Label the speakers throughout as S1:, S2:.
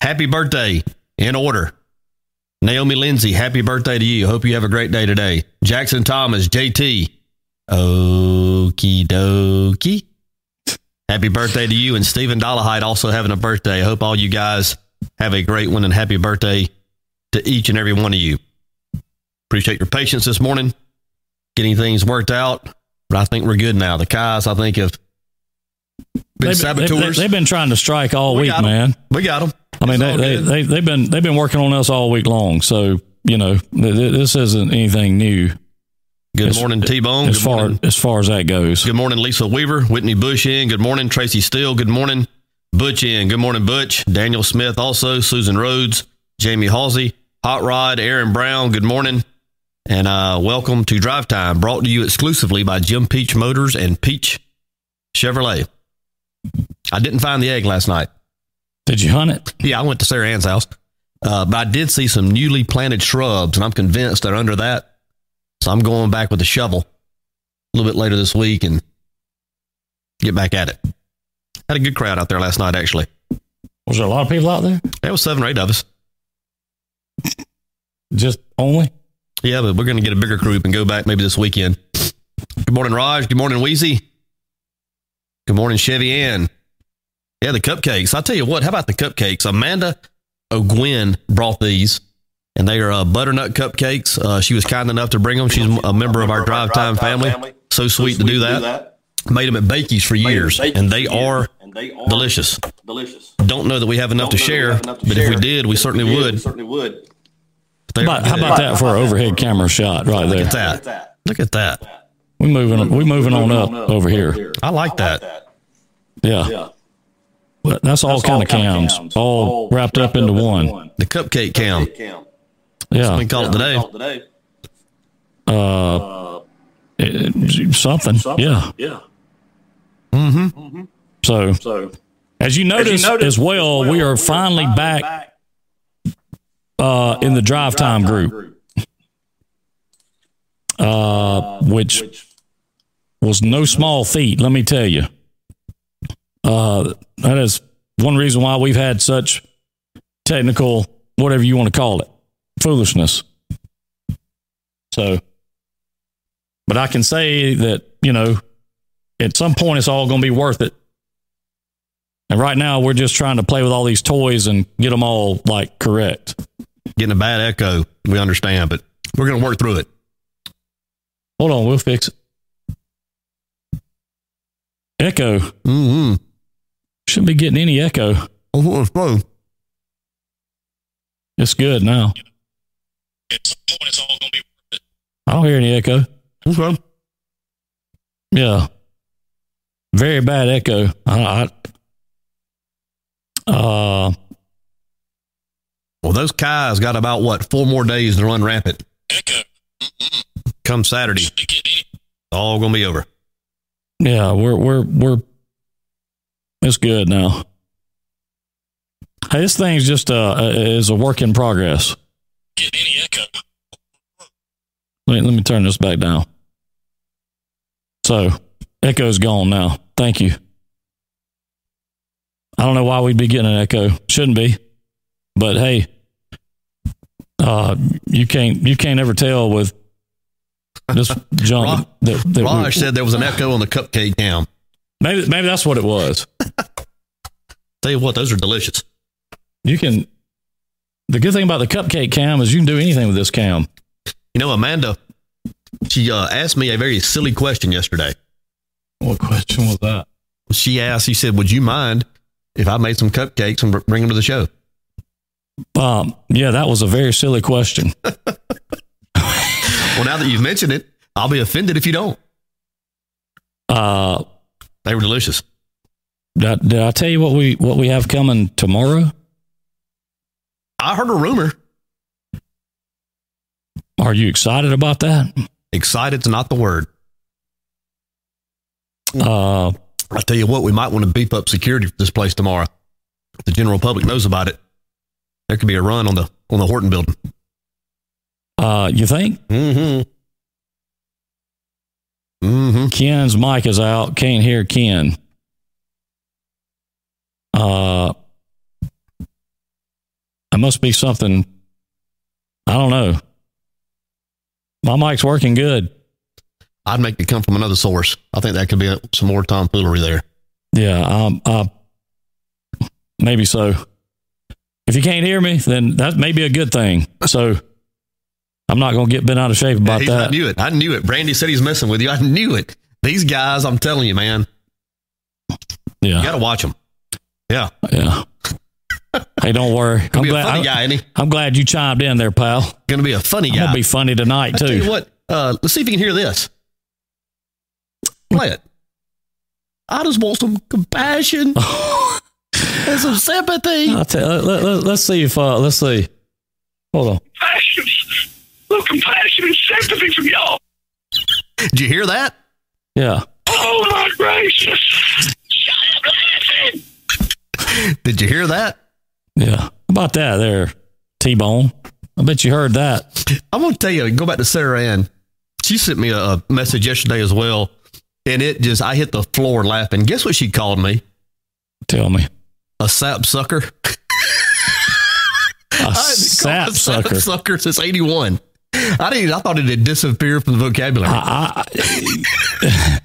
S1: happy birthday in order. Naomi Lindsay, happy birthday to you. Hope you have a great day today. Jackson Thomas, JT, okie dokie. Happy birthday to you and Stephen Dollahide also having a birthday. Hope all you guys have a great one and happy birthday to each and every one of you. Appreciate your patience this morning, getting things worked out. But I think we're good now. The guys, I think, have been
S2: they've,
S1: saboteurs.
S2: They've, they've been trying to strike all
S1: We
S2: week,
S1: got 'em.
S2: man.
S1: we got them.
S2: I
S1: It's
S2: mean,
S1: all
S2: they,
S1: good.
S2: they, they, have been they've been working on us all week long. So you know, th- th- this isn't anything new
S1: Good
S2: It's-
S1: morning, T Bone.
S2: as
S1: Good
S2: far
S1: morning,
S2: as far as that goes.
S1: Good morning, Lisa Weaver. Whitney Bush in. Good morning, Tracy Steele. Good morning, Butch in. Good morning, Butch. Daniel Smith also. Susan Rhodes. Jamie Halsey. Hot Rod. Aaron Brown. Good morning. And uh, welcome to Drive Time, brought to you exclusively by Jim Peach Motors and Peach Chevrolet. I didn't find the egg last night.
S2: Did you hunt it?
S1: Yeah, I went to Sarah Ann's house, uh, but I did see some newly planted shrubs, and I'm convinced they're under that. So I'm going back with a shovel a little bit later this week and get back at it. Had a good crowd out there last night, actually.
S2: Was there a lot of people out there?
S1: There was seven or eight of us.
S2: Just only?
S1: Yeah, but we're going to get a bigger group and go back maybe this weekend. Good morning, Raj. Good morning, Wheezy. Good morning, Chevy Ann. Yeah, the cupcakes. I tell you what, how about the cupcakes? Amanda O'Gwen brought these, and they are uh, butternut cupcakes. Uh, she was kind enough to bring them. She's a member of our Drive Time family. So sweet to do that. Made them at Bakey's for years, and they are delicious.
S3: Delicious.
S1: Don't know that we have enough to share, but if we did, we certainly would.
S3: Certainly would.
S1: They
S2: How
S1: are
S2: about, how
S1: good.
S2: about that for an overhead camera shot right
S1: Look
S2: there?
S1: at that.
S3: That.
S1: Look at that.
S2: We moving we moving on up over here.
S1: I like that.
S2: Yeah,
S3: Yeah.
S2: But that's all kind of
S3: Kinda
S2: cams, all wrapped up into
S3: into
S2: one.
S1: The cupcake cam.
S3: Big Cam.
S1: We
S2: Yeah,
S1: call it today.
S3: Call it today.
S2: It- it- something. Yeah.
S3: Yeah.
S2: So
S3: So
S2: as you
S3: As you
S2: notice
S3: noticed
S2: as well, we are finally back uh, in the drive time group, uh, which
S3: which
S2: was no small feat, let me tell you. Uh, that is one reason why we've had such technical, whatever you want to call it, foolishness. So, but I can say that, you know, at some point it's all going to be worth it. And right now we're just trying to play with all these toys and get them all like correct.
S1: getting a bad echo. We understand, but we're going to work through it.
S2: Hold on, we'll fix it. Echo.
S1: Mm-hmm. Oh,
S2: Shouldn't be getting any echo. It's good now. I don't hear any echo.
S1: Okay.
S2: Yeah. Very bad echo. I, I, uh,
S1: Well, those guys got about what four more days to run rampant. Echo. Come Saturday, all going to be over.
S2: yeah, we're, we're, we're, it's good now. Hey, this thing's just, uh, is a work in progress. Let, let me turn this back down. So, echo's gone now. Thank you. I don't know why we'd be getting an echo. Shouldn't be. But hey, uh, you can't you can't ever tell with this
S1: Ro-
S2: junk that, that we-
S1: Raj said there was an echo on the cupcake cam.
S2: maybe maybe that's what it was.
S1: Tell you what, those are delicious.
S2: You can the good thing about the cupcake cam is you can do anything with this cam.
S1: You know, Amanda, she uh, asked me a very silly question yesterday.
S2: What question was that?
S1: She asked, she said, Would you mind if I made some cupcakes and br- bring them to the show?
S2: Um, yeah, that was a very silly question.
S1: Well, now that you've mentioned it, I'll be offended if you don't.
S2: Uh,
S1: They were delicious.
S2: did, I- did I tell you what we what we have coming tomorrow?
S1: I heard a rumor.
S2: Are you excited about that?
S1: Excited's not the word.
S2: Uh,
S1: I tell you what, we might want to beef up security for this place tomorrow. If the general public knows about it, there could be a run on the on the Horton building.
S2: uh, you think
S1: Mm-hmm. Mm-hmm.
S2: Ken's mic is out? Can't hear Ken. Uh, it must be something. I don't know. My mic's working good.
S1: I'd make it come from another source. I think that could be a, some more tomfoolery there.
S2: Yeah, um, uh, maybe so. If you can't hear me, then that may be a good thing. So I'm not going to get bent out of shape about
S1: He's- I
S2: that.
S1: knew it. I knew it. Brandy said he's messing with you. I knew it. These guys, I'm telling you, man, you
S2: Yeah,
S1: got to watch them. Yeah.
S2: yeah. hey, don't worry. I'm
S1: Gonna be a
S2: glad.
S1: funny
S2: I,
S1: guy, ain't he?
S2: am glad you chimed in there, pal.
S1: Gonna be a funny
S2: I'm
S1: guy.
S2: gonna be funny tonight
S1: I tell you
S2: too.
S1: what, uh, let's see if you can hear this. Play it. I just want some compassion and some sympathy.
S2: I'll tell, let, let, let's see if uh, let's see. Hold on.
S3: compassion, little compassion and sympathy from y'all.
S1: Did you hear that?
S2: Yeah.
S3: Oh my gracious! Shut up laughing.
S1: Did you hear that?
S2: Yeah. How about that there, T Bone? I bet you heard that.
S1: I'm gonna tell you. Go back to Sarah Ann. She sent me a, a message yesterday as well, and it just I hit the floor laughing. Guess what she called me?
S2: Tell me.
S1: A sap sucker.
S2: A
S1: I hadn't
S2: sap
S1: called a sap
S2: sucker.
S1: sucker since '81. I didn't. I thought it had disappeared from the vocabulary.
S2: I, I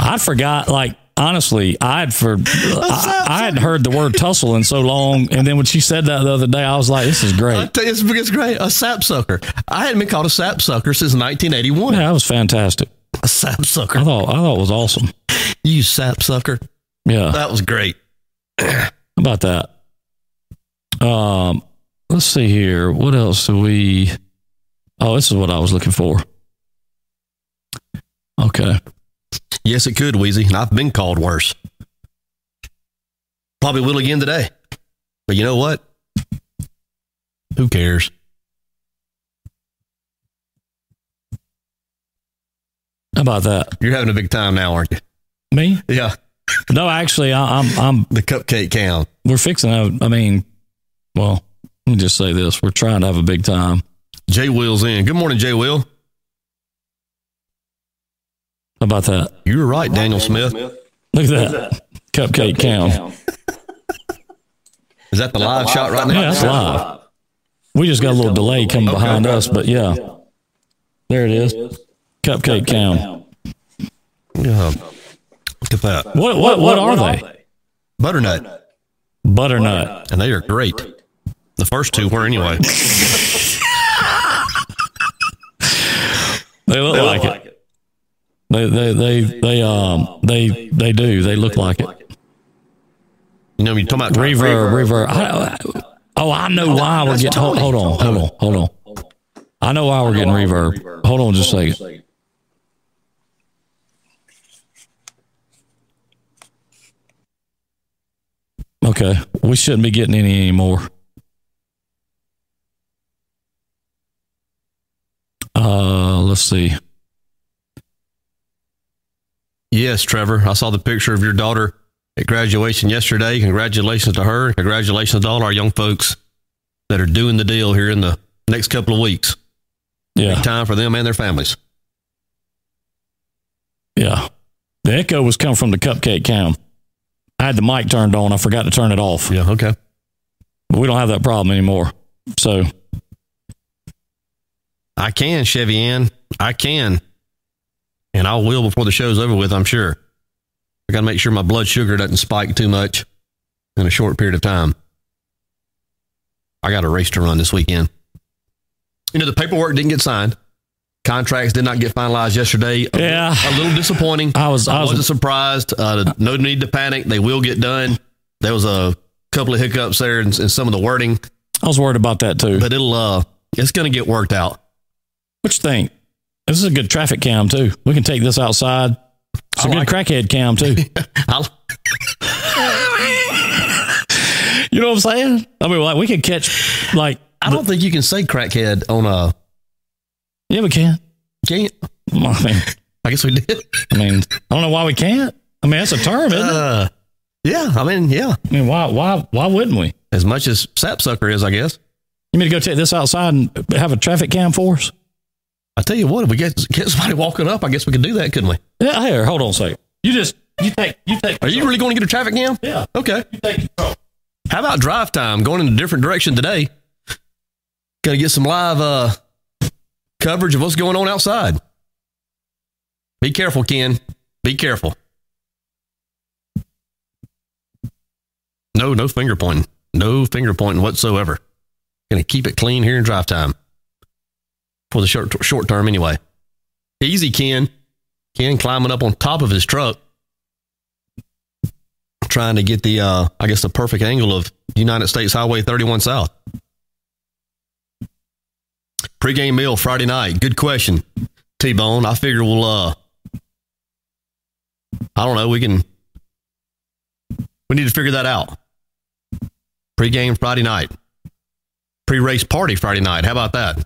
S2: I forgot. Like honestly, I'd for I, I hadn't heard the word tussle in so long, and then when she said that the other day, I was like, "This is
S1: I
S2: great."
S1: tell you, it's, it's great. A sap sucker. I hadn't been called a sap sucker since 1981.
S2: Yeah, that was fantastic.
S1: A sap
S2: I
S1: sucker.
S2: thought I thought it was awesome.
S1: You sap sucker.
S2: Yeah, how
S1: That was great.
S2: about that. Um, let's see here. What else do we? Oh, this is what I was looking for. Okay.
S1: Yes, it could, Wheezy. And I've been called worse. Probably will again today. But you know what? Who cares?
S2: How about that?
S1: You're having a big time now, aren't you?
S2: Me?
S1: Yeah.
S2: No, actually, I, I'm I'm
S1: The cupcake count.
S2: we're fixing to, I mean, well, let me just say this. We're trying to have a big time.
S1: Jay Will's in. Good morning, Jay Will.
S2: How about that?
S1: You were right, Daniel Smith.
S2: Look at that. Cupcake, count.
S1: Is that the live shot right now?
S2: Yeah, that's live. We just got a little delay coming behind us, but yeah. There it is. Cupcake, count.
S1: Yeah. Look at that.
S2: What, what, what, are they?
S1: Butternut.
S2: Butternut.
S1: And they are great. The first two were anyway.
S2: They look like, it. They, they, they, they, um, they, they do. They look like it.
S1: You know, you're talking about
S2: Reverb, reverb. I, I- oh, I know why we're getting. Hold, hold on, hold on, hold on. I know why we're getting reverb. Hold on, just a second. Okay, we shouldn't be getting any anymore. Uh, let's see.
S1: Yes, Trevor. I saw the picture of your daughter at graduation yesterday. Congratulations to her. Congratulations to all our young folks that are doing the deal here in the next couple of weeks.
S2: Yeah,
S1: Time for them and their families.
S2: yeah. The echo was coming from the cupcake cam. I had the mic turned on. I forgot to turn it off.
S1: Yeah, okay.
S2: But we don't have that problem anymore. So
S1: I can, Chevy Ann. I can. And I will before the show's over with, I'm sure. I got to make sure my blood sugar doesn't spike too much in a short period of time. I got a race to run this weekend. you know, the paperwork didn't get signed. Contracts did not get finalized yesterday. A
S2: Yeah.
S1: little- a little disappointing.
S2: I was- I was-
S1: not surprised. Uh, no need to panic. They will get done. There was a couple of hiccups there in, in some of the wording,
S2: I was worried about that too.
S1: but it'll uh, it's going to get worked out.
S2: What you think? This is a good traffic cam too. We can take this outside. It's a
S1: I
S2: good crackhead cam too.
S1: I'll,
S2: you know what I'm saying? I mean, like we could catch, like
S1: I don't think you can say crackhead on a
S2: yeah, we can.
S1: can't.
S2: I mean,
S1: I guess we did.
S2: I mean, I don't know why we can't. I mean, that's a term, isn't it?
S1: Uh, yeah, I mean, yeah.
S2: I mean, why, why, why wouldn't we?
S1: As much as sapsucker is, I guess.
S2: You mean to go take this outside and have a traffic cam for us?
S1: I tell you what, if we get, get somebody walking up, I guess we could do that, couldn't we?
S2: Yeah, here, hold on a second. You just, you take, you take.
S1: Are you really going to get a traffic jam?
S2: Yeah,
S1: Okay.
S2: you take control.
S1: How about drive time? Going in a different direction today. Gonna get some live uh, coverage of what's going on outside. Be careful, Ken. Be careful. No, no finger pointing. No finger pointing whatsoever. Gonna keep it clean here in drive time for the short short term anyway. Easy, Ken. Ken climbing up on top of his truck trying to get the uh I guess the perfect angle of United States Highway 31 South. Pre-game meal Friday night. Good question, T Bone. I figure we'll uh I don't know, we can we need to figure that out. Pre-game Friday night. Pre-race party Friday night. How about that?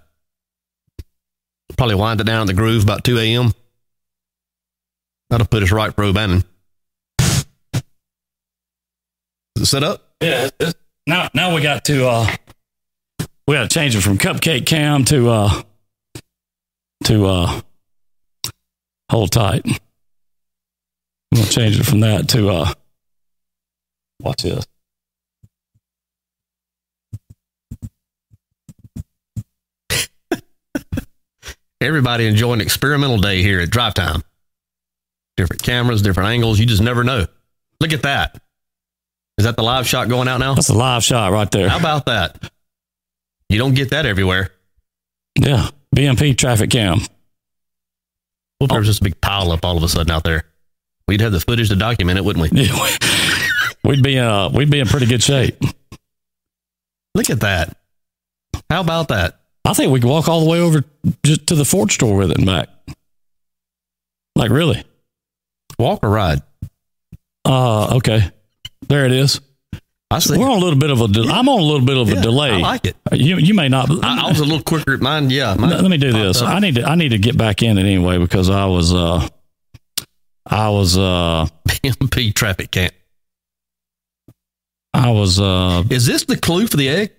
S1: Probably wind it down at the groove about 2 a.m. That'll put us right for O'Bannon. Is it set up?
S2: Yeah. it's- Now, now we got to uh, we got to change it from cupcake cam to uh, to uh, hold tight. I'm gonna change it from that to uh, watch this.
S1: everybody enjoying experimental day here at drive time. Different cameras, different angles. You just never know. Look at that. Is that the live shot going out now?
S2: That's a live shot right
S1: How
S2: there.
S1: about that? You don't get that everywhere.
S2: Yeah, BMP traffic cam.
S1: Well, there was just a big pile up all of a sudden out there. We'd have the footage to document it, wouldn't we?
S2: Yeah, we- we'd be uh, we'd be in pretty good shape.
S1: Look at that. How about that?
S2: I think we could walk all the way over just to the Ford store with it and back. Like really.
S1: Walk or ride?
S2: Uh, okay. There it is.
S1: I see.
S2: We're on a little bit of a. De- I'm on a little bit of a
S1: Yeah,
S2: delay.
S1: I like it.
S2: You you may not.
S1: I, I was a little quicker at mine. Yeah. Mine,
S2: let me do this. I need to. I need to get back in it anyway because I was. uh I was. uh
S1: PMP traffic camp.
S2: I was. uh
S1: Is this the clue for the egg?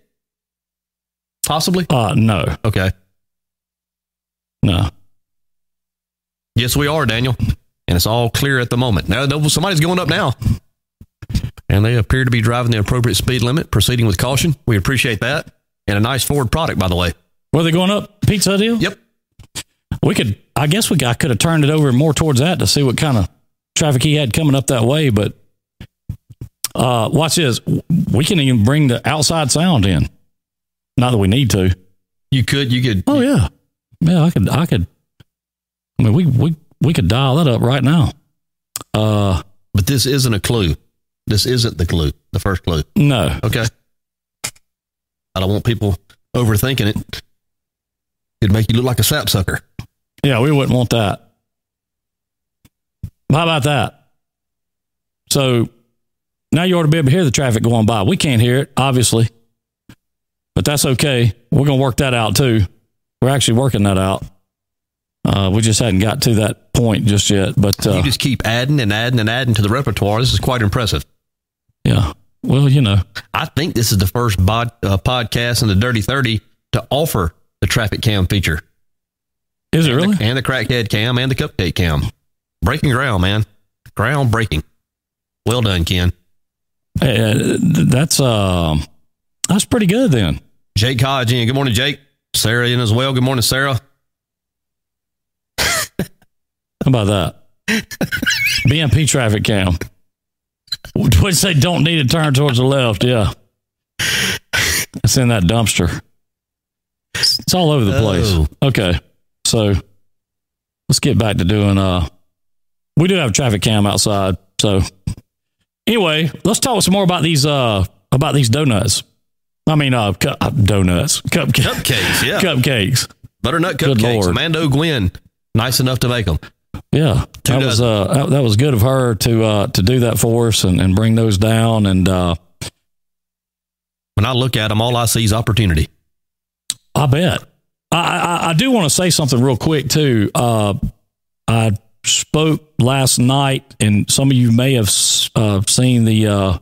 S1: Possibly.
S2: uh No.
S1: Okay.
S2: No.
S1: Yes, we are, Daniel. And it's all clear at the moment. Now, there- somebody's going up now. And they appear to be driving the appropriate speed limit, proceeding with caution. We appreciate that. And a nice Ford product, by the way.
S2: Were they going up Pizza Hut Hill?
S1: Yep.
S2: We could. I guess we. I could have turned it over more towards that to see what kind of traffic he had coming up that way. But uh watch this. We can even bring the outside sound in. Not that we need to.
S1: You could, you could.
S2: Oh yeah, yeah. I could, I could. I mean, we we we could dial that up right now. Uh,
S1: But this isn't a clue. This isn't the clue, the first clue.
S2: no,
S1: Okay. I don't want people overthinking it. It'd make you look like a sapsucker.
S2: yeah, we wouldn't want that. How about that? So now you ought to be able to hear the traffic going by. We can't hear it, obviously, but that's okay. We're gonna work that out too. We're actually working that out. Uh, we just hadn't got to that point just yet, but uh,
S1: You just keep adding and adding and adding to the repertoire. This is quite impressive.
S2: yeah. Well, you know,
S1: I think this is the first bod, uh, podcast in the Dirty 30 to offer the traffic cam feature.
S2: is it really?
S1: And the crackhead cam and the cupcake cam. Breaking ground, man. Ground breaking. Well done, Ken.
S2: Yeah, th- that's um, that's pretty good then.
S1: Jake Hodge in. Good morning, Jake. Sarah in as well. Good morning, Sarah.
S2: How about that? BMP traffic cam. Which they don't need to turn towards the left. Yeah, it's in that dumpster. It's all over the place.
S1: Oh.
S2: Okay. So let's get back to doing uh we do have a traffic cam outside. So anyway, let's talk some more about these uh about these donuts. I mean uh cu- uh, donuts, cupcakes,
S1: Cupcakes, yeah.
S2: cupcakes.
S1: Butternut
S2: Good
S1: cupcakes.
S2: Lord.
S1: Amando Gwynn, nice enough to make them.
S2: Yeah.
S1: Two
S2: that was uh that, that was good of her to uh to do that for us and, and bring those down and uh
S1: When I look at them, all I see is opportunity.
S2: I bet. I, I, I do want to say something real quick too. Uh, I spoke last night, and some of you may have s- uh, seen the uh,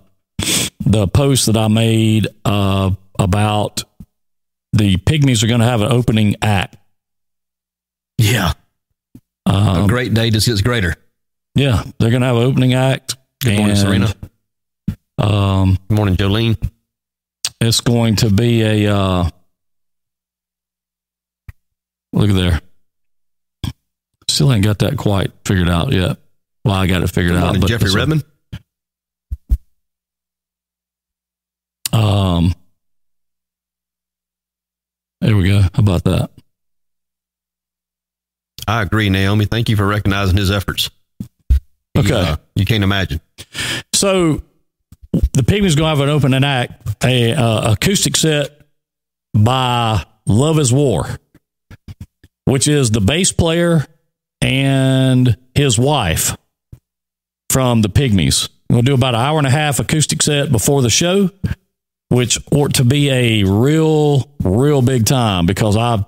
S2: the post that I made uh, about the Pygmies are going to have an opening act.
S1: Yeah. a
S2: Um,
S1: great day just gets greater.
S2: yeah, they're going to have an opening act.
S1: Good morning,
S2: and,
S1: Serena.
S2: Um,
S1: Good morning, Jolene.
S2: it's going to be a uh, look there. Still ain't got that quite figured out yet. Well, I got it figured
S1: Good
S2: out.
S1: morning,
S2: but
S1: Jeffrey
S2: it's a-
S1: Redmond.
S2: Um, there we go. How about that?
S1: I agree, Naomi. Thank you for recognizing his efforts. He,
S2: Okay.
S1: uh, you can't imagine.
S2: So the Pygmies gonna have an opening act, a uh, acoustic set by Love Is War, which is the bass player and his wife from the Pygmies. We'll do about an hour and a half acoustic set before the show, which ought to be a real, real big time because I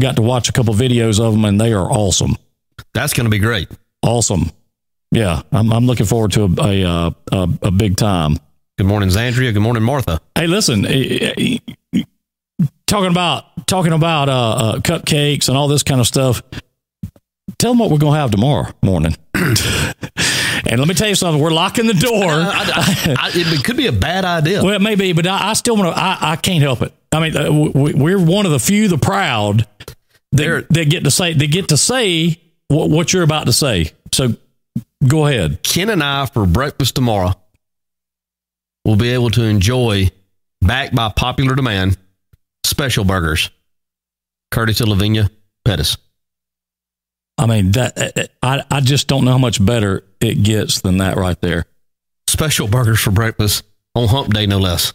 S2: got to watch a couple videos of them and they are awesome
S1: That's going to be great.
S2: awesome. Yeah, I'm, I'm looking forward to a, a, uh, a, a big time.
S1: Good morning, Zandria. Good morning, Martha.
S2: Hey, listen, eh, eh, eh, talking about talking about uh, uh, cupcakes and all this kind of stuff. Tell them what we're gonna have tomorrow morning. and let me tell you something, we're locking the door.
S1: I, I, I, it could be a bad idea.
S2: Well, it may be, but I, I still want to. I, I can't help it. I mean, uh, w- w- we're one of the few, the proud, that, that get to say they get to say what, what you're about to say. So go ahead.
S1: Ken and I, for breakfast tomorrow, will be able to enjoy, backed by popular demand, special burgers. Curtis and Lavinia Pettis.
S2: I mean that eh, I I just don't know how much better it gets than that right there.
S1: Special burgers for breakfast on hump day, no less.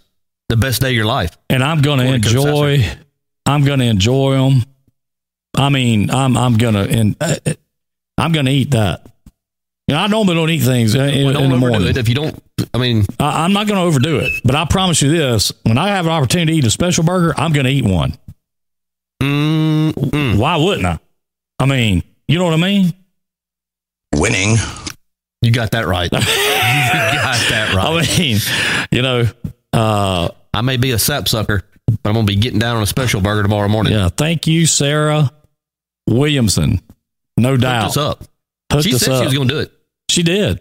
S1: The best day of your life.
S2: And I'm going to
S1: Morning, Coach
S2: enjoy. I'm going to enjoy them. I mean, I'm I'm going to and uh, uh, I'm going to eat that. You know, I normally don't eat things uh, in,
S1: Well, don't
S2: in the
S1: overdo
S2: morning.
S1: it. If you don't, I mean,
S2: I, I'm not going to overdo it, but I promise you this: when I have an opportunity to eat a special burger, I'm going to eat one.
S1: mm, mm.
S2: Why wouldn't I? I mean, you know what I mean.
S4: Winning.
S1: you got that right. you got that right.
S2: I mean, you know, uh,
S1: I may be a sap sucker, but I'm gonna be getting down on a special burger tomorrow morning.
S2: yeah. Thank you, Sarah Williamson. No
S1: Hooked
S2: doubt.
S1: us up.
S2: hooked
S1: She
S2: us
S1: said
S2: up.
S1: she was gonna do it.
S2: She did.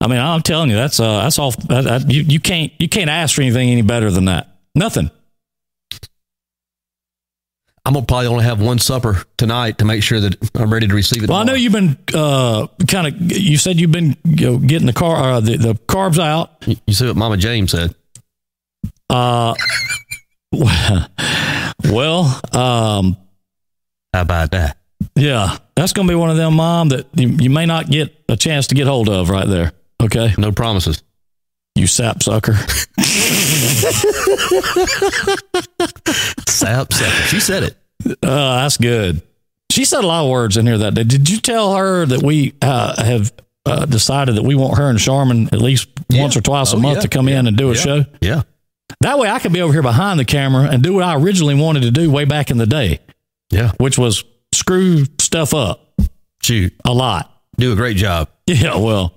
S2: I mean, I'm telling you, that's uh, that's all. That, that, you you can't you can't ask for anything any better than that. Nothing.
S1: I'm gonna probably only have one supper tonight to make sure that I'm ready to receive it.
S2: Well, I know
S1: tomorrow.
S2: you've been uh, kind of. You said you've been you know, getting the car uh, the, the carbs out.
S1: you. You see what Mama James said.
S2: Uh, well, um,
S1: How about that?
S2: yeah, that's going to be one of them, mom, that you, you may not get a chance to get hold of right there. Okay,
S1: No promises.
S2: you sap sucker.
S1: Sap sucker. She said it.
S2: Uh, that's good. She said a lot of words in here that day. Did you tell her that we uh, have uh, decided that we want her and Charmin at least once or twice a
S1: Oh,
S2: month
S1: yeah.
S2: to come in and do a show?
S1: Yeah.
S2: That way I could be over here behind the camera and do what I originally wanted to do way back in the day,
S1: Yeah.
S2: which was screw stuff up
S1: Shoot.
S2: a lot.
S1: Do a great job.
S2: Yeah, well,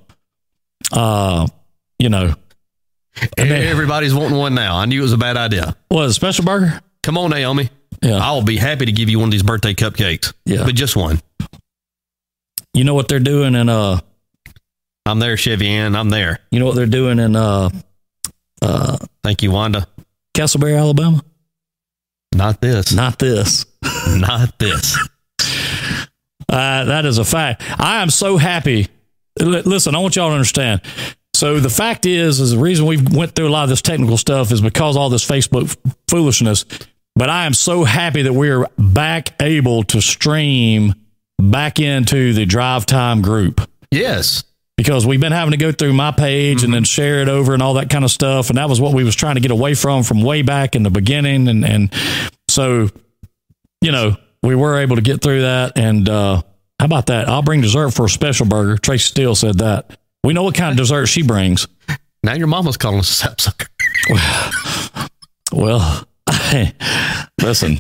S2: uh, you know, then-
S1: Everybody's wanting one now. I knew it was a bad idea.
S2: what, a special burger?
S1: Come on, Naomi.
S2: Yeah.
S1: I'll be happy to give you one of these birthday cupcakes.
S2: Yeah.
S1: But just one.
S2: You know what they're doing in uh,
S1: I'm there, Chevy Ann. I'm there.
S2: you know what they're doing in uh,
S1: Thank you, Wanda.
S2: Castleberry, Alabama?
S1: Not this.
S2: Not this.
S1: Not this.
S2: Uh, that is a fact. I am so happy. L- listen, I want y'all to understand. So the fact is, is the reason we went through a lot of this technical stuff is because all this Facebook f- foolishness. But I am so happy that we're back able to stream back into the drive time group
S1: Yes.
S2: because we've been having to go through my page and then share it over and all that kind of stuff and that was what we was trying to get away from from way back in the beginning and and so you know we were able to get through that and uh how about that i'll bring dessert for a special burger tracy steele said that we know what kind of dessert she brings
S1: Now your mama's calling us a sapsucker.
S2: well listen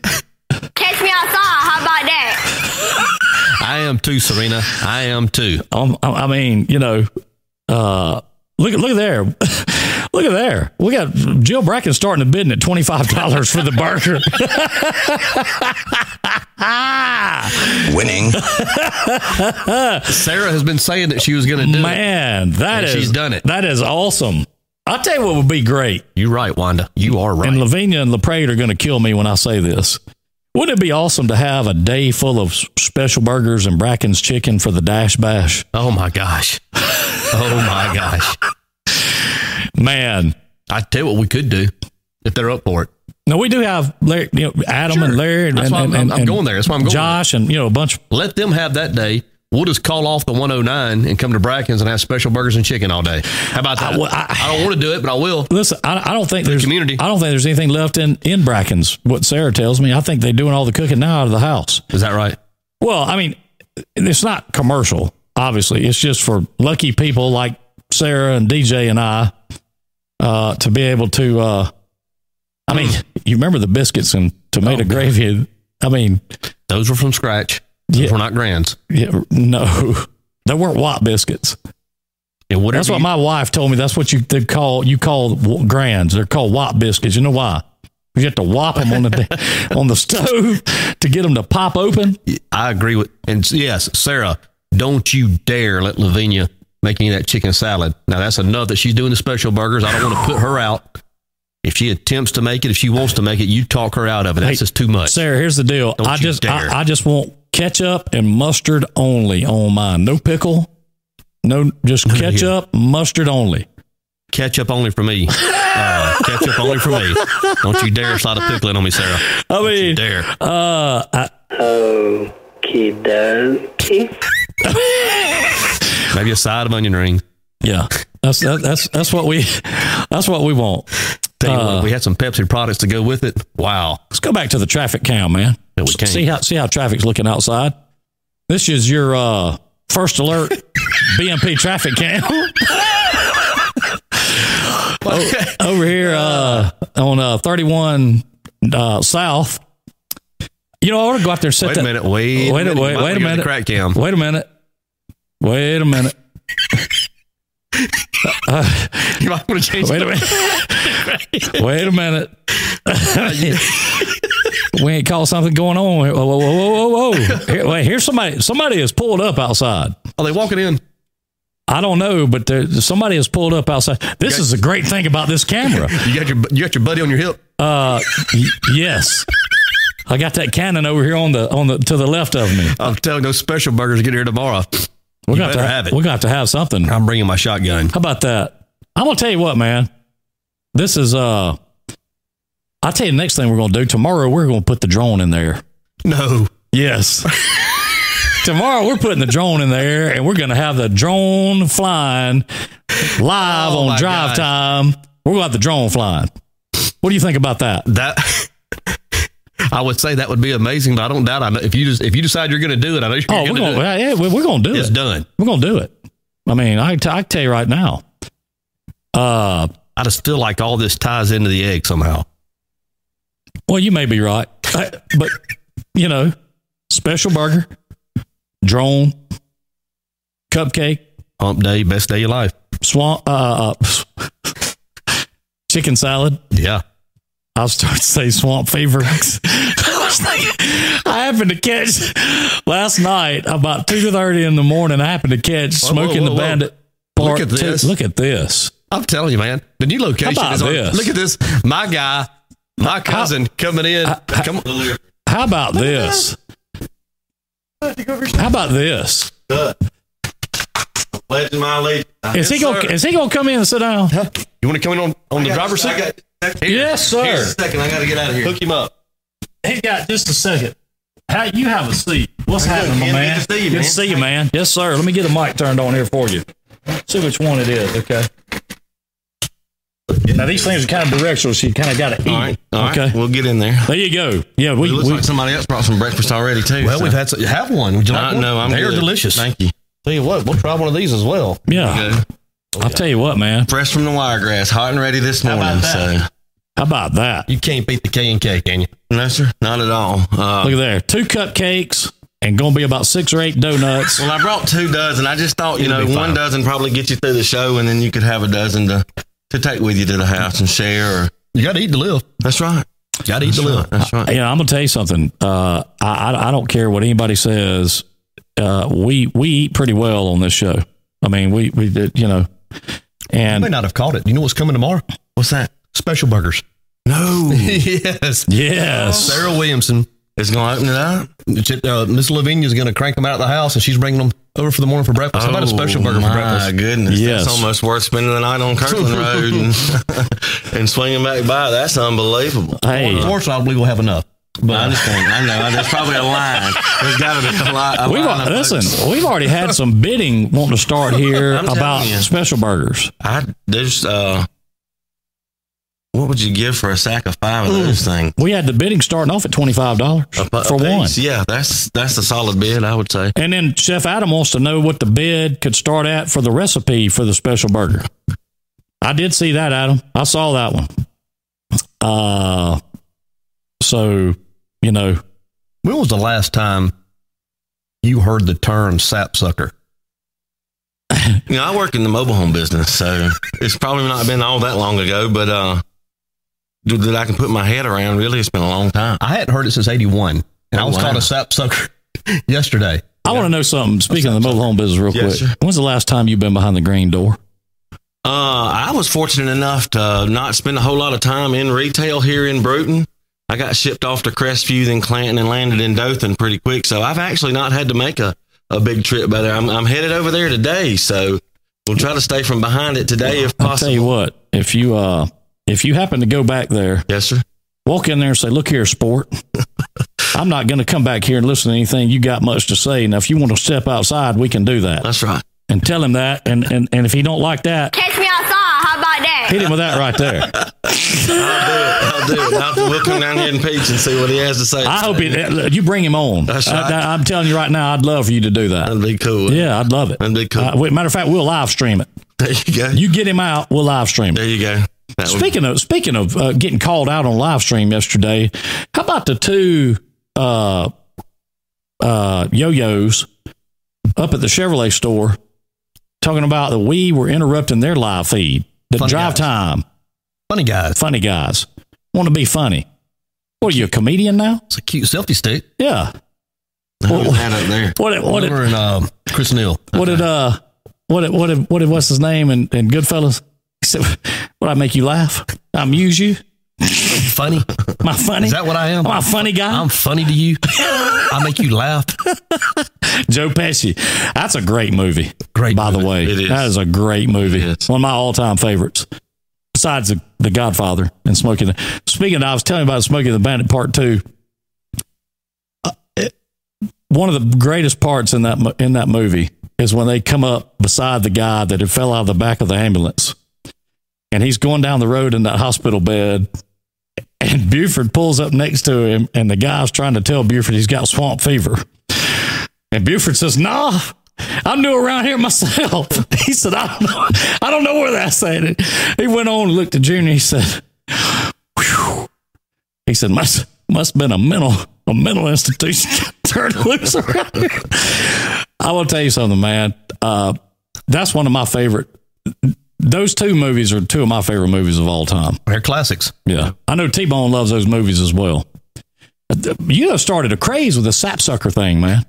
S5: Catch me outside. How about that?
S1: I am too, Serena. I am too.
S2: um, I I mean, you know, uh, look look at there, look at there. We got Jill Bracken starting the bidding at twenty five dollars for the burger.
S4: Winning.
S1: Sarah has been saying that she was going to do it.
S2: Man, that
S1: And
S2: is
S1: she's done it.
S2: That is awesome. I'll tell you what would be great,
S1: You're right, Wanda. You are right.
S2: and Lavinia and LaPrade are going to kill me when I say this. Wouldn't it be awesome to have a day full of s- special burgers and Bracken's chicken for the Dash Bash?
S1: oh my gosh. Oh my gosh.
S2: Man,
S1: I tell you what we could do if they're up for it.
S2: no, we do have Larry, you know, Adam and
S1: Sure.
S2: Larry, and,
S1: That's why I'm-
S2: and-
S1: I'm- I'm
S2: and
S1: going there. That's why I'm going there.
S2: Josh, and you know, a bunch
S1: Let them have that day. We'll just call off the 109 and come to Bracken's and have special burgers and chicken all day. How about that?
S2: I- well, I-
S1: I don't want to do it, but I will.
S2: Listen, I, I don't think there's
S1: community.
S2: I don't think there's anything left in in Brackens. What Sarah tells me, I think they're doing all the cooking now out of the house.
S1: Is that right?
S2: Well, I mean, it's not commercial, obviously. It's just for lucky people like Sarah and DJ and I uh, to be able to. Uh, I mean, you remember the biscuits and tomato gravy? I mean,
S1: Those were from scratch. Those
S2: Yeah.
S1: were not grands.
S2: yeah, no, they weren't white biscuits.
S1: And whatever
S2: That's what
S1: you-
S2: my wife told me. That's what you they call you call w- grands. They're called wop biscuits. You know why? You have to whop them on the on the stove to get them to pop open.
S1: I agree with. And yes, Sarah, don't you dare let Lavinia make any of that chicken salad. Now, that's enough that she's doing the special burgers. I don't want to put her out. If she attempts to make it, if she wants to make it, you talk her out of it. That's
S2: Hey,
S1: just too much.
S2: Sarah, here's the deal.
S1: Don't
S2: I
S1: you
S2: just
S1: dare.
S2: I, I just want ketchup and mustard only on mine. No pickle. No, just
S1: here.
S2: ketchup, mustard only.
S1: Ketchup only for me. Uh, ketchup only for me. Don't you dare slide a pickle in on me, Sarah.
S2: I
S1: You
S2: mean,
S1: dare.
S2: uh, I,
S3: Okie dokie.
S1: Maybe a side of onion ring.
S2: yeah, that's that, that's that's what we that's what we want.
S1: Tell you
S2: Uh,
S1: what, if we had some Pepsi products to go with it. Wow.
S2: Let's go back to the traffic count, man.
S1: No, we can't.
S2: See how see how traffic's looking outside. This is your uh, first alert BMP traffic cam Oh, over here uh, on uh, 31 uh, South. You know, I want to go out there and set
S1: wait
S2: that.
S1: a minute. Wait.
S2: Wait a- wait-
S1: Might
S2: wait a
S1: wanna give it
S2: minute.
S1: Crack cam.
S2: Wait a minute. Wait a minute.
S1: You might want to change.
S2: Wait a minute. Wait a minute. we ain't caught something going on. Whoa, whoa, whoa, whoa, whoa. Here, wait, here's somebody. Somebody has pulled up outside.
S1: Are Oh, they walking in?
S2: I don't know, but there, somebody has pulled up outside. This is the great thing about this camera.
S1: You got your you got your buddy on your hip.
S2: Uh, y- yes, I got that cannon over here on the on the to the left of me.
S1: I'm telling those special burgers get here tomorrow.
S2: We're
S1: You
S2: gonna have to
S1: better have it.
S2: We're gonna have to have something. How
S1: I'm bringing my shotgun.
S2: about that? I'm gonna tell you what, man. This is uh, I'll tell you the next thing we're gonna do tomorrow. We're gonna put the drone in there.
S1: No.
S2: Yes. Tomorrow we're putting the drone in there and we're going to have the drone flying live
S1: Oh,
S2: on
S1: my gosh.
S2: drive time. We're going to have the drone flying. What do you think about that?
S1: That I would say that would be amazing, but I don't doubt I know if you just if you decide you're gonna do it, I know you're
S2: Oh,
S1: gonna
S2: we're
S1: do
S2: going
S1: it.
S2: yeah, we- we're going to do
S1: It's
S2: it.
S1: done.
S2: We're going to do it. I mean, I can t- I can tell you right now. Uh,
S1: I just feel like all this ties into the egg somehow.
S2: well, you may be right. I- but you know, special burger, drone, cupcake,
S1: Hump day, best day of your life.
S2: swamp uh, uh chicken salad.
S1: Yeah.
S2: I was starting to say swamp fever. I was thinking, I happened to catch last night about two thirty in the morning. I happened to catch
S1: Whoa, whoa,
S2: smoking
S1: whoa,
S2: the
S1: whoa.
S2: bandit.
S1: Look
S2: Part
S1: at
S2: Two.
S1: this.
S2: Look at this.
S1: I'm telling you, man. The new location
S2: How about
S1: is on
S2: this?
S1: look at this. My guy, my cousin coming in. Come on.
S2: How about this? How about this? Is he gonna is he gonna come in and sit down?
S1: You want to come in on, on the driver's seat?
S2: Yes, sir.
S1: Second, I gotta get out of here. Hook him up.
S2: Hey, got just a second. How you have a seat? What's happening, my man? Good to see you, man. Yes, sir. Let me get the mic turned on here for you. See which one it is. Okay. Now these things are kind of directional, so you kind of got to eat.
S1: All right. all right.
S2: Okay.
S1: We'll get in there.
S2: There you go. Yeah, we,
S6: It looks
S2: we-
S6: like somebody else brought some breakfast already too.
S1: Well,
S6: so-
S1: we've had some, have one. Would you like
S6: I
S1: one?
S6: know. Uh, I'm
S1: they are
S6: good.
S1: delicious.
S6: Thank you.
S1: Tell you what, we'll try one of these as well.
S2: yeah.
S6: Good.
S2: I'll tell you what, man.
S6: Fresh from the wiregrass, hot and ready this morning. So
S2: How about that?
S1: You can't beat the K and K, can you?
S6: no, sir, not at all. Uh,
S2: Look at there. Two cupcakes and gonna be about six or eight donuts.
S6: well, I brought two dozen. I just thought you know
S1: It'll be fine.
S6: one dozen probably get you through the show, and then you could have a dozen to to take with you to the house and share. Or,
S1: You got to eat to live.
S6: that's right.
S1: Got to eat
S6: That's
S1: to live.
S6: right. That's right.
S2: Yeah, I'm gonna tell you something. Uh, I, I I don't care what anybody says. Uh, we we eat pretty well on this show. I mean, we we did, you know,
S1: You may
S2: and
S1: not have caught it. You know what's coming tomorrow?
S6: What's that?
S1: Special burgers.
S6: No,
S1: yes.
S2: yes,
S1: Sarah Williamson,
S6: it's gonna open it up.
S1: uh, Miss Lavinia's going to crank them out of the house, and she's bringing them over for the morning for breakfast. How about a special burger for
S6: Oh, my
S1: breakfast?
S6: goodness,
S2: Yes.
S6: that's almost worth spending the night on Kirkland Road and, and swinging back by. That's unbelievable.
S2: hey,
S1: Unfortunately, I don't believe we'll have enough.
S6: But I understand. I know. There's probably a line. There's got to be a line. A
S2: we've
S6: line
S2: al-
S6: of folks.
S2: listen, we've already had some bidding wanting to start here
S6: I'm telling
S2: about
S6: you.
S2: special burgers.
S6: I there's uh, what would you give for a sack of five of those things?
S2: We had the bidding starting off at twenty five dollars
S6: A pu- a
S2: for one,
S6: piece? Yeah, that's that's a solid bid, I would say.
S2: and then Chef Adam wants to know what the bid could start at for the recipe for the special burger. I did see that, Adam. I saw that one. Uh, so you know,
S1: When was the last time you heard the term sapsucker?
S6: You know, I work in the mobile home business, so it's probably not been all that long ago, but uh, th- that I can put my head around. Really, it's been a long time.
S1: I hadn't heard it since 81, and I
S6: Oh,
S1: was
S6: wow.
S1: called a sapsucker yesterday.
S2: I want to know something. Speaking of the mobile home business, real
S6: Yes,
S2: quick,
S6: sir.
S2: when's the last time you've been behind the green door?
S6: Uh, I was fortunate enough to not spend a whole lot of time in retail here in Bruton. I got shipped off to Crestview, then Clanton, and landed in Dothan pretty quick. So I've actually not had to make a, a big trip by there. I'm, I'm headed over there today. So we'll try to stay from behind it today if
S2: I'll tell
S6: possible.
S2: you what, if you uh, if you happen to go back there,
S6: Yes, sir.
S2: walk in there and say, "Look here, sport." I'm not going to come back here and listen to anything you got much to say. Now, if you want to step outside, we can do that.
S6: That's right.
S2: And tell him that. And and, and if he don't like that,
S5: Catch me outside, how about that?
S2: hit him with that right there.
S6: I'll do it. I'll do it. I'll- we'll come down here and peach and see what he has to say.
S2: I hope it, you bring him on.
S6: That's right.
S2: I, am telling you right now, I'd love for you to do that.
S6: That'd be cool.
S2: Yeah, I'd love it.
S6: That'd be cool.
S2: Uh, wait, matter of fact, we'll live stream it.
S6: there you go.
S2: You get him out, we'll live stream it.
S6: there you go. That would-
S2: Speaking of speaking of uh, getting called out on live stream yesterday, how about the two uh, uh, yo-yos up at the Chevrolet store talking about that we were interrupting their live feed, the
S1: Funny
S2: drive
S1: guys.
S2: time,
S1: Funny guys.
S2: funny guys want to be funny. What are you a comedian now?
S1: It's a cute selfie stick.
S2: Yeah.
S6: Who was that up Oh. there?
S2: What it, what it,
S1: Over in um, Chris Neal.
S2: what did uh what did, what did, what did, what's his name and and Goodfellas? He said, "Would I make you laugh? I amuse you?
S1: Funny.
S2: Am I funny?
S1: Is that what I am?
S2: Am I a funny guy?"
S1: I'm funny to you. I make you laugh.
S2: Joe Pesci. That's a great movie.
S1: Great
S2: by the way.
S6: It is.
S2: That is a great movie.
S6: It is.
S2: One of my all time favorites. Besides the, the Godfather and Smoking. The, speaking, of, I was telling you about Smoking the Bandit Part Two. Uh, it- one of the greatest parts in that mo- in that movie is when they come up beside the guy that had fell out of the back of the ambulance, and he's going down the road in that hospital bed. And Buford pulls up next to him, and the guy's trying to tell Buford he's got swamp fever. And Buford says, "Nah, I'm new around here myself." He said, "I don't know. I don't know where that's at." And He went on and looked at Junior. He said, "Whew." "He said must must have been a mental a mental institution got turned loose around here." I will tell you something, man. Uh, that's one of my favorite. Those two movies are two of my favorite movies of all time.
S1: They're classics.
S2: Yeah. I know T Bone loves those movies as well. You have started a craze with the sapsucker thing, man.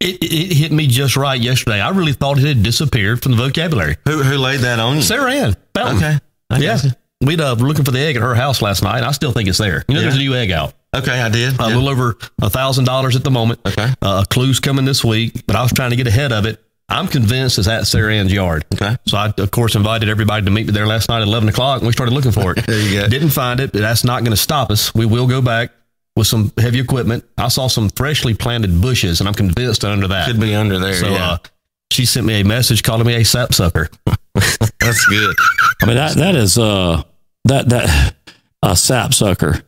S1: It, it hit me just right yesterday. I really thought it had disappeared from the vocabulary.
S6: Who, who laid that on you?
S1: Sarah Ann. Fountain.
S6: Okay. I
S1: yeah.
S6: got you.
S1: We'd uh, were looking for the egg at her house last night. and I still think it's there. You know, there's a new egg out.
S6: Okay, I did.
S1: A
S6: Yeah.
S1: little over a thousand dollars at the moment.
S6: Okay.
S1: Uh, a clue's coming this week, but I was trying to get ahead of it. I'm convinced it's at Sarah Ann's yard.
S6: Okay.
S1: So I, of course, invited everybody to meet me there last night at 11 o'clock, and we started looking for it.
S6: There you go.
S1: Didn't find it, but that's not going to stop us. We will go back. with some heavy equipment. I saw some freshly planted bushes, and I'm convinced they're under that.
S6: Could be under there.
S1: so
S6: yeah.
S1: uh, she sent me a message calling me a sapsucker.
S6: That's good.
S2: I mean that that is uh that that a sapsucker.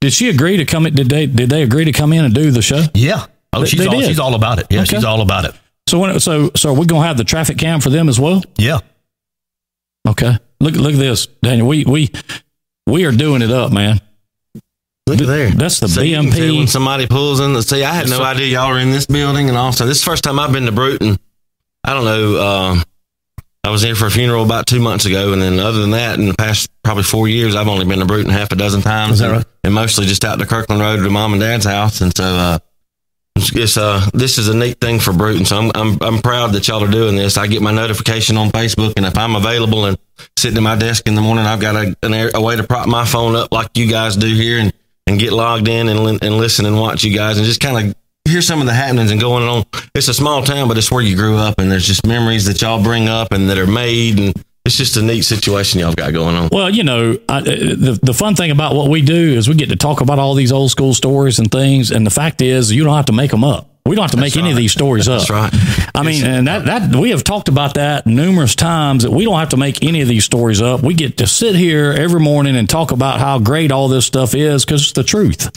S2: Did she agree to come in? Did they did they agree to come in and do the show?
S1: Yeah. Oh,
S2: They-
S1: she's
S2: they
S1: all,
S2: did.
S1: she's all about it. Yeah,
S2: Okay.
S1: she's all about it.
S2: So when, so so are we gonna have the traffic cam for them as well?
S1: Yeah.
S2: Okay. Look look at this, Daniel. We we we are doing it up, man.
S6: Look at there.
S2: That's the
S6: So you can tell
S2: BMP.
S6: When somebody pulls in, see, I had no idea y'all were in this building, and also this is the first time I've been to Bruton. I don't know. Um, I was here for a funeral about two months ago, and then other than that, in the past probably four years, I've only been to Bruton half a dozen times,
S1: Is that
S6: and,
S1: right?
S6: and mostly just out to Kirkland Road to mom and dad's house. And so, uh, it's, it's, uh, this is a neat thing for Bruton. So I'm, I'm I'm proud that y'all are doing this. I get my notification on Facebook, and if I'm available and sitting at my desk in the morning, I've got a, an, air- a way to prop my phone up like you guys do here, and and get logged in and lin- and listen and watch you guys, and just kind of hear some of the happenings and going on. It's a small town, but it's where you grew up, and there's just memories that y'all bring up and that are made, and it's just a neat situation y'all got going on.
S2: Well, you know, I, uh, the the fun thing about what we do is we get to talk about all these old school stories and things. And the fact is, you don't have to make them up. We don't have to make any of these stories up.
S6: That's right.
S2: I mean, and that that we have talked about that numerous times that we don't have to make any of these stories up. We get to sit here every morning and talk about how great all this stuff is because it's the truth.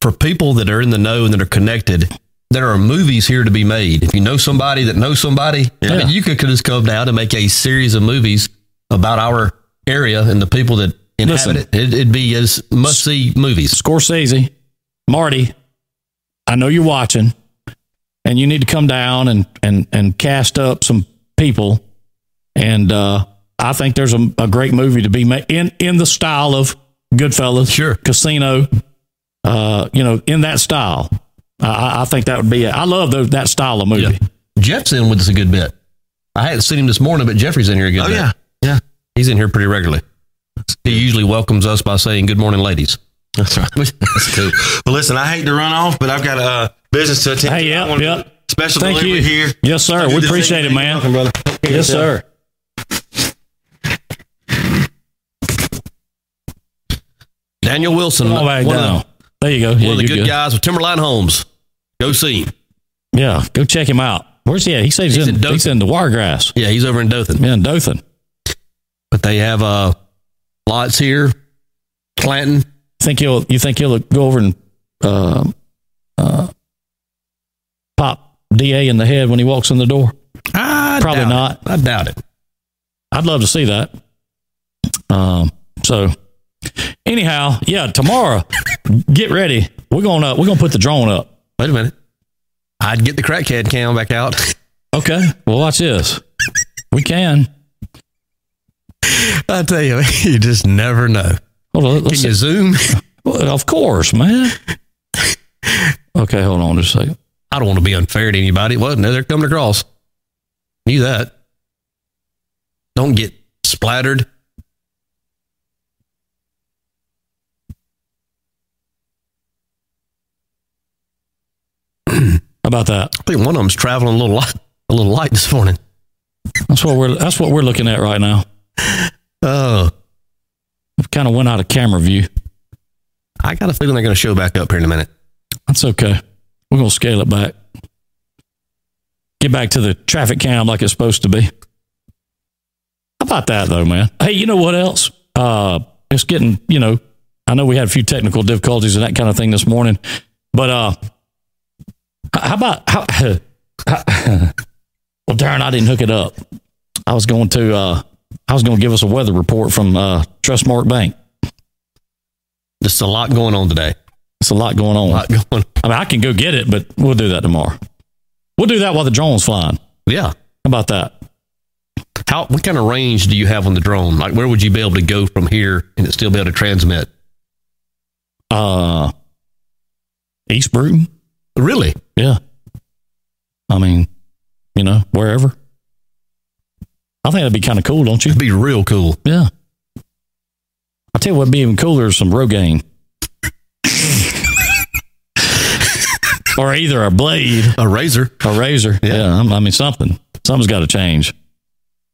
S1: For people that are in the know and that are connected, there are movies here to be made. If you know somebody that knows somebody, I mean, you could, could just come down and make a series of movies about our area and the people that inhabit
S2: Listen.
S1: it. it. It'd be as must see movies.
S2: Scorsese, Marty, I know you're watching, and you need to come down and and and cast up some people. And uh, I think there's a, a great movie to be made in in the style of Goodfellas,
S1: Sure.
S2: Casino. Uh, you know, in that style, I- I, I think that would be it. I love those, that style of movie.
S1: Jeff's in with us a good bit. I hadn't seen him this morning, but Jeffrey's in here a good
S6: Oh
S1: bit.
S6: yeah, yeah,
S1: He's in here pretty regularly. He usually welcomes us by saying, Good morning, ladies.
S6: that's right. That's cool. Well, listen, I hate to run off, but I've got a uh, business to attend.
S2: Hey,
S6: to. I
S2: yep,
S6: wanna-
S2: yep.
S6: Special
S2: Thank
S6: delivery
S2: you.
S6: here.
S2: Yes, sir.
S6: Do
S2: We
S6: the
S2: appreciate
S6: thing.
S2: it, man.
S6: Welcome, brother.
S2: Yes, sir.
S1: Daniel Wilson,
S2: Come on back
S1: one,
S2: down.
S1: Of,
S2: There you go.
S1: the,
S2: Oh, Yeah,
S1: one of the
S2: you
S1: good, guys with Timberline Homes. Go see him.
S2: Yeah, go check him out. Where's he at? He says he's,
S1: He's in
S2: in,
S1: Dothan.
S2: he's in the Wiregrass.
S1: Yeah, he's over in Dothan.
S2: Yeah, in Dothan.
S1: But they have uh, lots here, Clanton.
S2: think you'll you think you'll go over and uh, uh, pop da in the head when he walks in the door
S1: I
S2: Probably
S1: doubt it.
S2: not.
S1: I doubt it.
S2: i'd love to see that um so anyhow yeah tomorrow get ready we're gonna we're gonna put the drone up
S1: Wait a minute. I'd get the crackhead cam back out.
S2: okay well watch this we can
S1: I tell you, you just never know.
S2: hold on let's
S1: Can
S2: see.
S1: you zoom?
S2: Well, of course man okay hold on just a second
S1: I don't want to be unfair to anybody. Well, no, they're coming across. Knew that. Don't get splattered.
S2: how about that
S1: I think one of them's traveling a little light, a little light this morning.
S2: that's what we're that's what we're looking at right now
S1: Oh,
S2: I've kind of went out of camera view
S1: I got a feeling they're going to show back up here in a minute.
S2: That's okay. We're going to scale it back. Get back to the traffic cam like it's supposed to be. How about that, though, man? Hey, you know what else? Uh, it's getting, you know, I know we had a few technical difficulties and that kind of thing this morning, but uh, h- how about, how, well, Darren, I didn't hook it up. I was going to, uh, I was going to give us a weather report from uh, Trustmark Bank.
S1: Just a lot going on today.
S2: It's a lot going on.
S1: A lot going on.
S2: I mean, I can go get it, but we'll do that tomorrow. We'll do that while the drone's flying. How
S1: Yeah.
S2: about that?
S1: How? What kind of range do you have on the drone? Like, where would you be able to go from here and it still be able to transmit?
S2: Uh, East Bruton?
S1: Really?
S2: Yeah. I mean, you know, wherever. I think that'd be kind of cool, don't you?
S1: It'd be real cool.
S2: Yeah. I'll tell you what'd be even cooler is some Rogaine. or either a blade
S1: A razor.
S2: a razor. Yeah, I'm- I mean something. Something's got to change.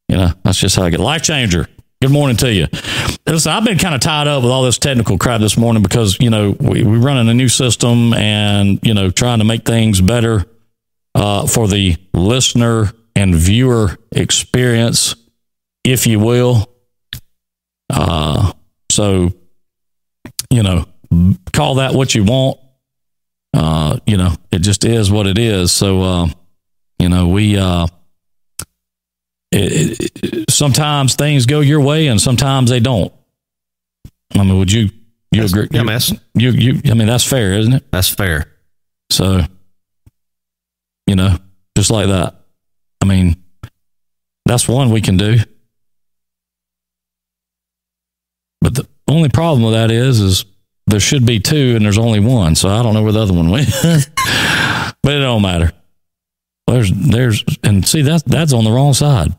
S2: You know, that's just how I get life changer. Good morning to you. Listen, I've been kind of tied up with all this technical crap this morning because, you know, we, we're running a new system and, you know, trying to make things better uh, for the listener and viewer experience, if you will. Uh, so, you know, call that what you want. Uh, you know, it just is what it is. So, uh, you know, we, uh, it, it- it- sometimes things go your way and sometimes they don't. I mean, would you, you agree?
S1: Yeah, man, that's,
S2: you, you, I mean, that's fair, isn't it?
S1: that's fair.
S2: So, you know, just like that. I mean, that's one we can do. But the only problem with that is, is there should be two and there's only one. So I don't know where the other one went, but it don't matter. There's, there's, and see, that's, that's on the wrong side.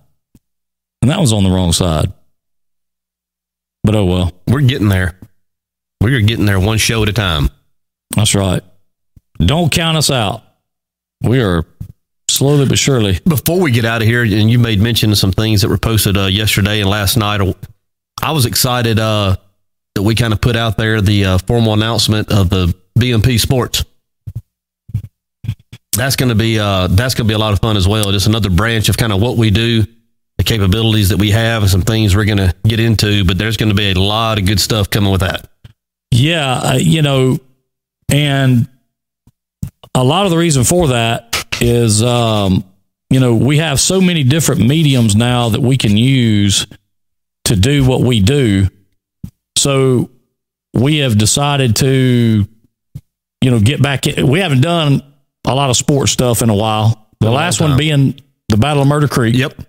S2: And that was on the wrong side. But oh well.
S1: We're getting there. We're getting there one show at a time.
S2: That's right. Don't count us out. We are slowly but surely.
S1: Before we get out of here, and you made mention of some things that were posted uh, yesterday and last night. uh, I was excited uh, that we kind of put out there the uh, formal announcement of the BMP Sports. That's going to be uh, that's going to be a lot of fun as well. Just another branch of kind of what we do, the capabilities that we have, and some things we're going to get into. But there's going to be a lot of good stuff coming with that.
S2: Yeah, uh, you know, and a lot of the reason for that is, um, you know, we have so many different mediums now that we can use to do what we do. So we have decided to, you know, get back. In. We haven't done a lot of sports stuff in a while. The
S1: long
S2: last
S1: time.
S2: one being the Battle of Murder Creek.
S1: Yep,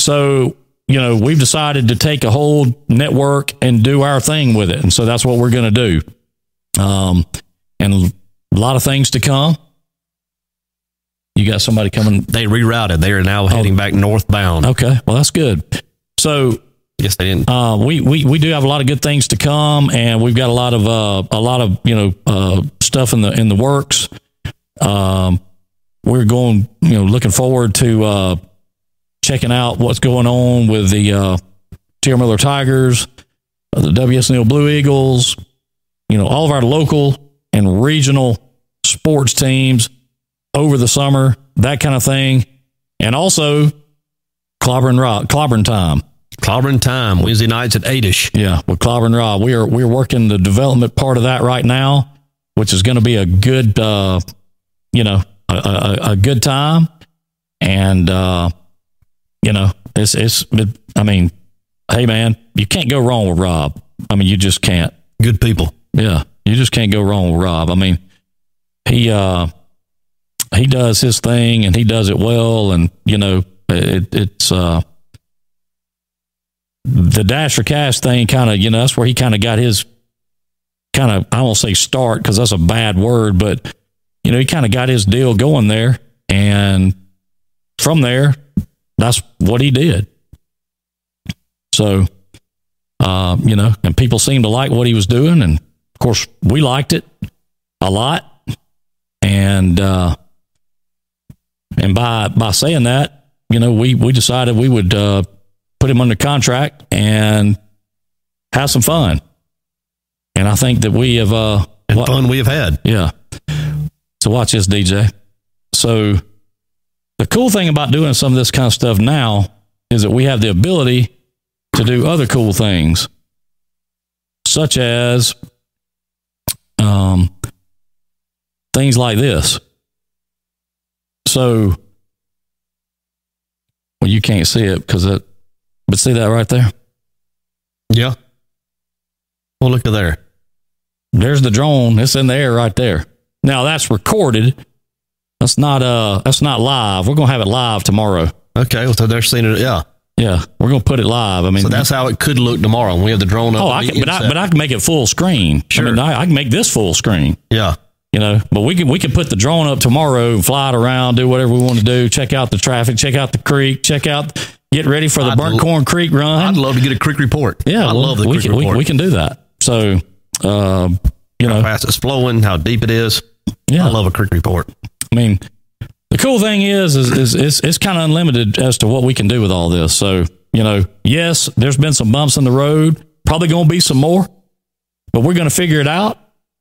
S2: So, you know, we've decided to take a whole network and do our thing with it. And so that's what we're going to do. Um, and a lot of things to come. You got somebody coming.
S1: they rerouted. They are now heading back northbound.
S2: Okay. Well, that's good. So,
S1: Yes, they didn't.
S2: uh, we, we, we do have a lot of good things to come and we've got a lot of, uh, a lot of, you know, uh, stuff in the, in the works. Um, we're going, you know, looking forward to, uh, checking out what's going on with the, uh, T.R. Miller Tigers, uh, the W.S. Neal Blue Eagles, you know, all of our local and regional sports teams over the summer, that kind of thing. And also clobbering rock, clobbering time.
S1: Clobbering time Wednesday nights at eightish.
S2: Yeah, with Clobber and Rob, we are we're working the development part of that right now, which is going to be a good, uh, you know, a, a, a- a good time, and uh, you know, it's it's. It, I mean, hey man, you can't go wrong with Rob. I mean, you just can't.
S1: Good people.
S2: Yeah, you just can't go wrong with Rob. I mean, he uh, he does his thing and he does it well, and you know, it, it's uh, the Dasher Cash thing. Kind of, you know, that's where he kind of got his kind of I won't say start because that's a bad word, but you know, he kind of got his deal going there, and from there, that's what he did. So uh, you know, and people seemed to like what he was doing. And of course, we liked it a lot. And, uh, and by, by saying that, you know, we, we decided we would, uh, put him under contract and have some fun. And I think that we have, uh,
S1: And
S2: wa-
S1: fun we have had.
S2: yeah. So watch this, DJ. So the cool thing about doing some of this kind of stuff now is that we have the ability to do other cool things, such as um, things like this. So, well, you can't see it because it, but see that right there?
S1: Yeah. Well, look at there.
S2: there's the drone. It's in the air right there. Now that's recorded. That's not uh that's not live. We're gonna have it live tomorrow.
S1: Okay. Well, so they're seeing it. Yeah.
S2: Yeah, we're gonna put it live. I mean,
S1: So that's how it could look tomorrow. when We have the drone up.
S2: Mm-hmm. oh,
S1: and we
S2: I can, but I
S1: intercept.
S2: but I can make it full screen.
S1: Sure.
S2: I, mean, I, I can make this full screen.
S1: yeah.
S2: You know, but we can we can put the drone up tomorrow and fly it around, do whatever we want to do. Check out the traffic. Check out the creek. Check out. Get ready for the
S1: I'd
S2: burnt
S1: l-
S2: corn creek run.
S1: I'd love to get a quick report.
S2: yeah,
S1: I
S2: well,
S1: love the
S2: we
S1: quick
S2: can, we,
S1: report.
S2: we can do that. So, uh, you know,
S1: how fast it's flowing, how deep it is.
S2: yeah,
S1: I love a quick report.
S2: I mean, the cool thing is, is, is it's, it's kind of unlimited as to what we can do with all this. So, you You know, yes, there's been some bumps in the road, probably going to be some more, but we're going to figure it out.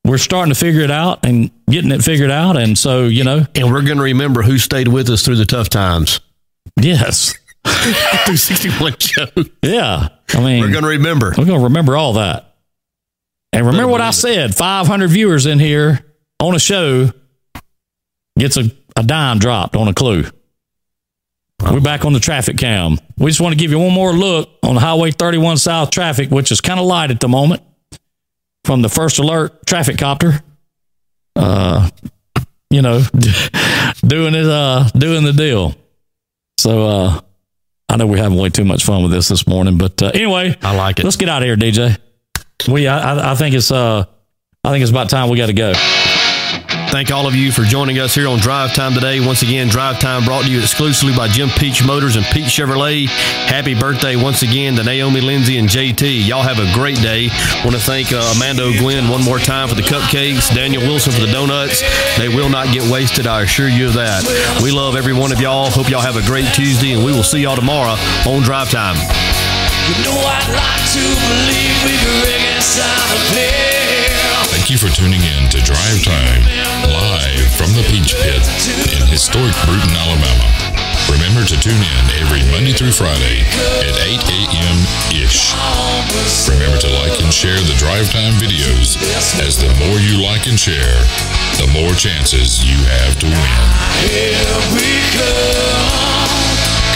S2: We're starting to figure it out and getting it figured out. And so, you know,
S1: And we're going to remember who stayed with us through the tough times.
S2: yes.
S1: through 61 show.
S2: Yeah. I mean,
S1: We're going to remember.
S2: We're going to remember all that. And remember what I said 500 viewers in here on a show gets a, a dime dropped on a clue. We're back on the traffic cam. We just want to give you one more look on Highway 31 South traffic, which is kind of light at the moment from the first alert traffic copter. Uh, you know, doing it, uh, doing the deal. So, uh, I know we're having way too much fun with this this morning, but uh, anyway,
S1: I like it.
S2: Let's get out of here, DJ. We, I, I- I think it's, uh, I think it's about time we got to go.
S1: Thank all of you for joining us here on Drive Time today. Once again, Drive Time brought to you exclusively by Jim Peach Motors and Peach Chevrolet. Happy birthday once again to Naomi Lindsay and JT. Y'all have a great day. Want to thank uh, Amanda O'Gwen one more time for the cupcakes, Daniel Wilson for the donuts. They will not get wasted, I assure you of that. We love every one of y'all. Hope y'all have a great Tuesday, and we will see y'all tomorrow on Drive Time.
S7: You know I'd like to believe we could reconcile the pair.
S8: Thank you for tuning in to Drive Time, live from the Peach Pit in historic Bruton, Alabama. Remember to tune in every Monday through Friday at 8 a.m. ish. Remember to like and share the Drive Time videos, as the more you like and share, the more chances you have to win.
S7: Here we come,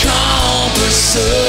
S7: calm pursuit.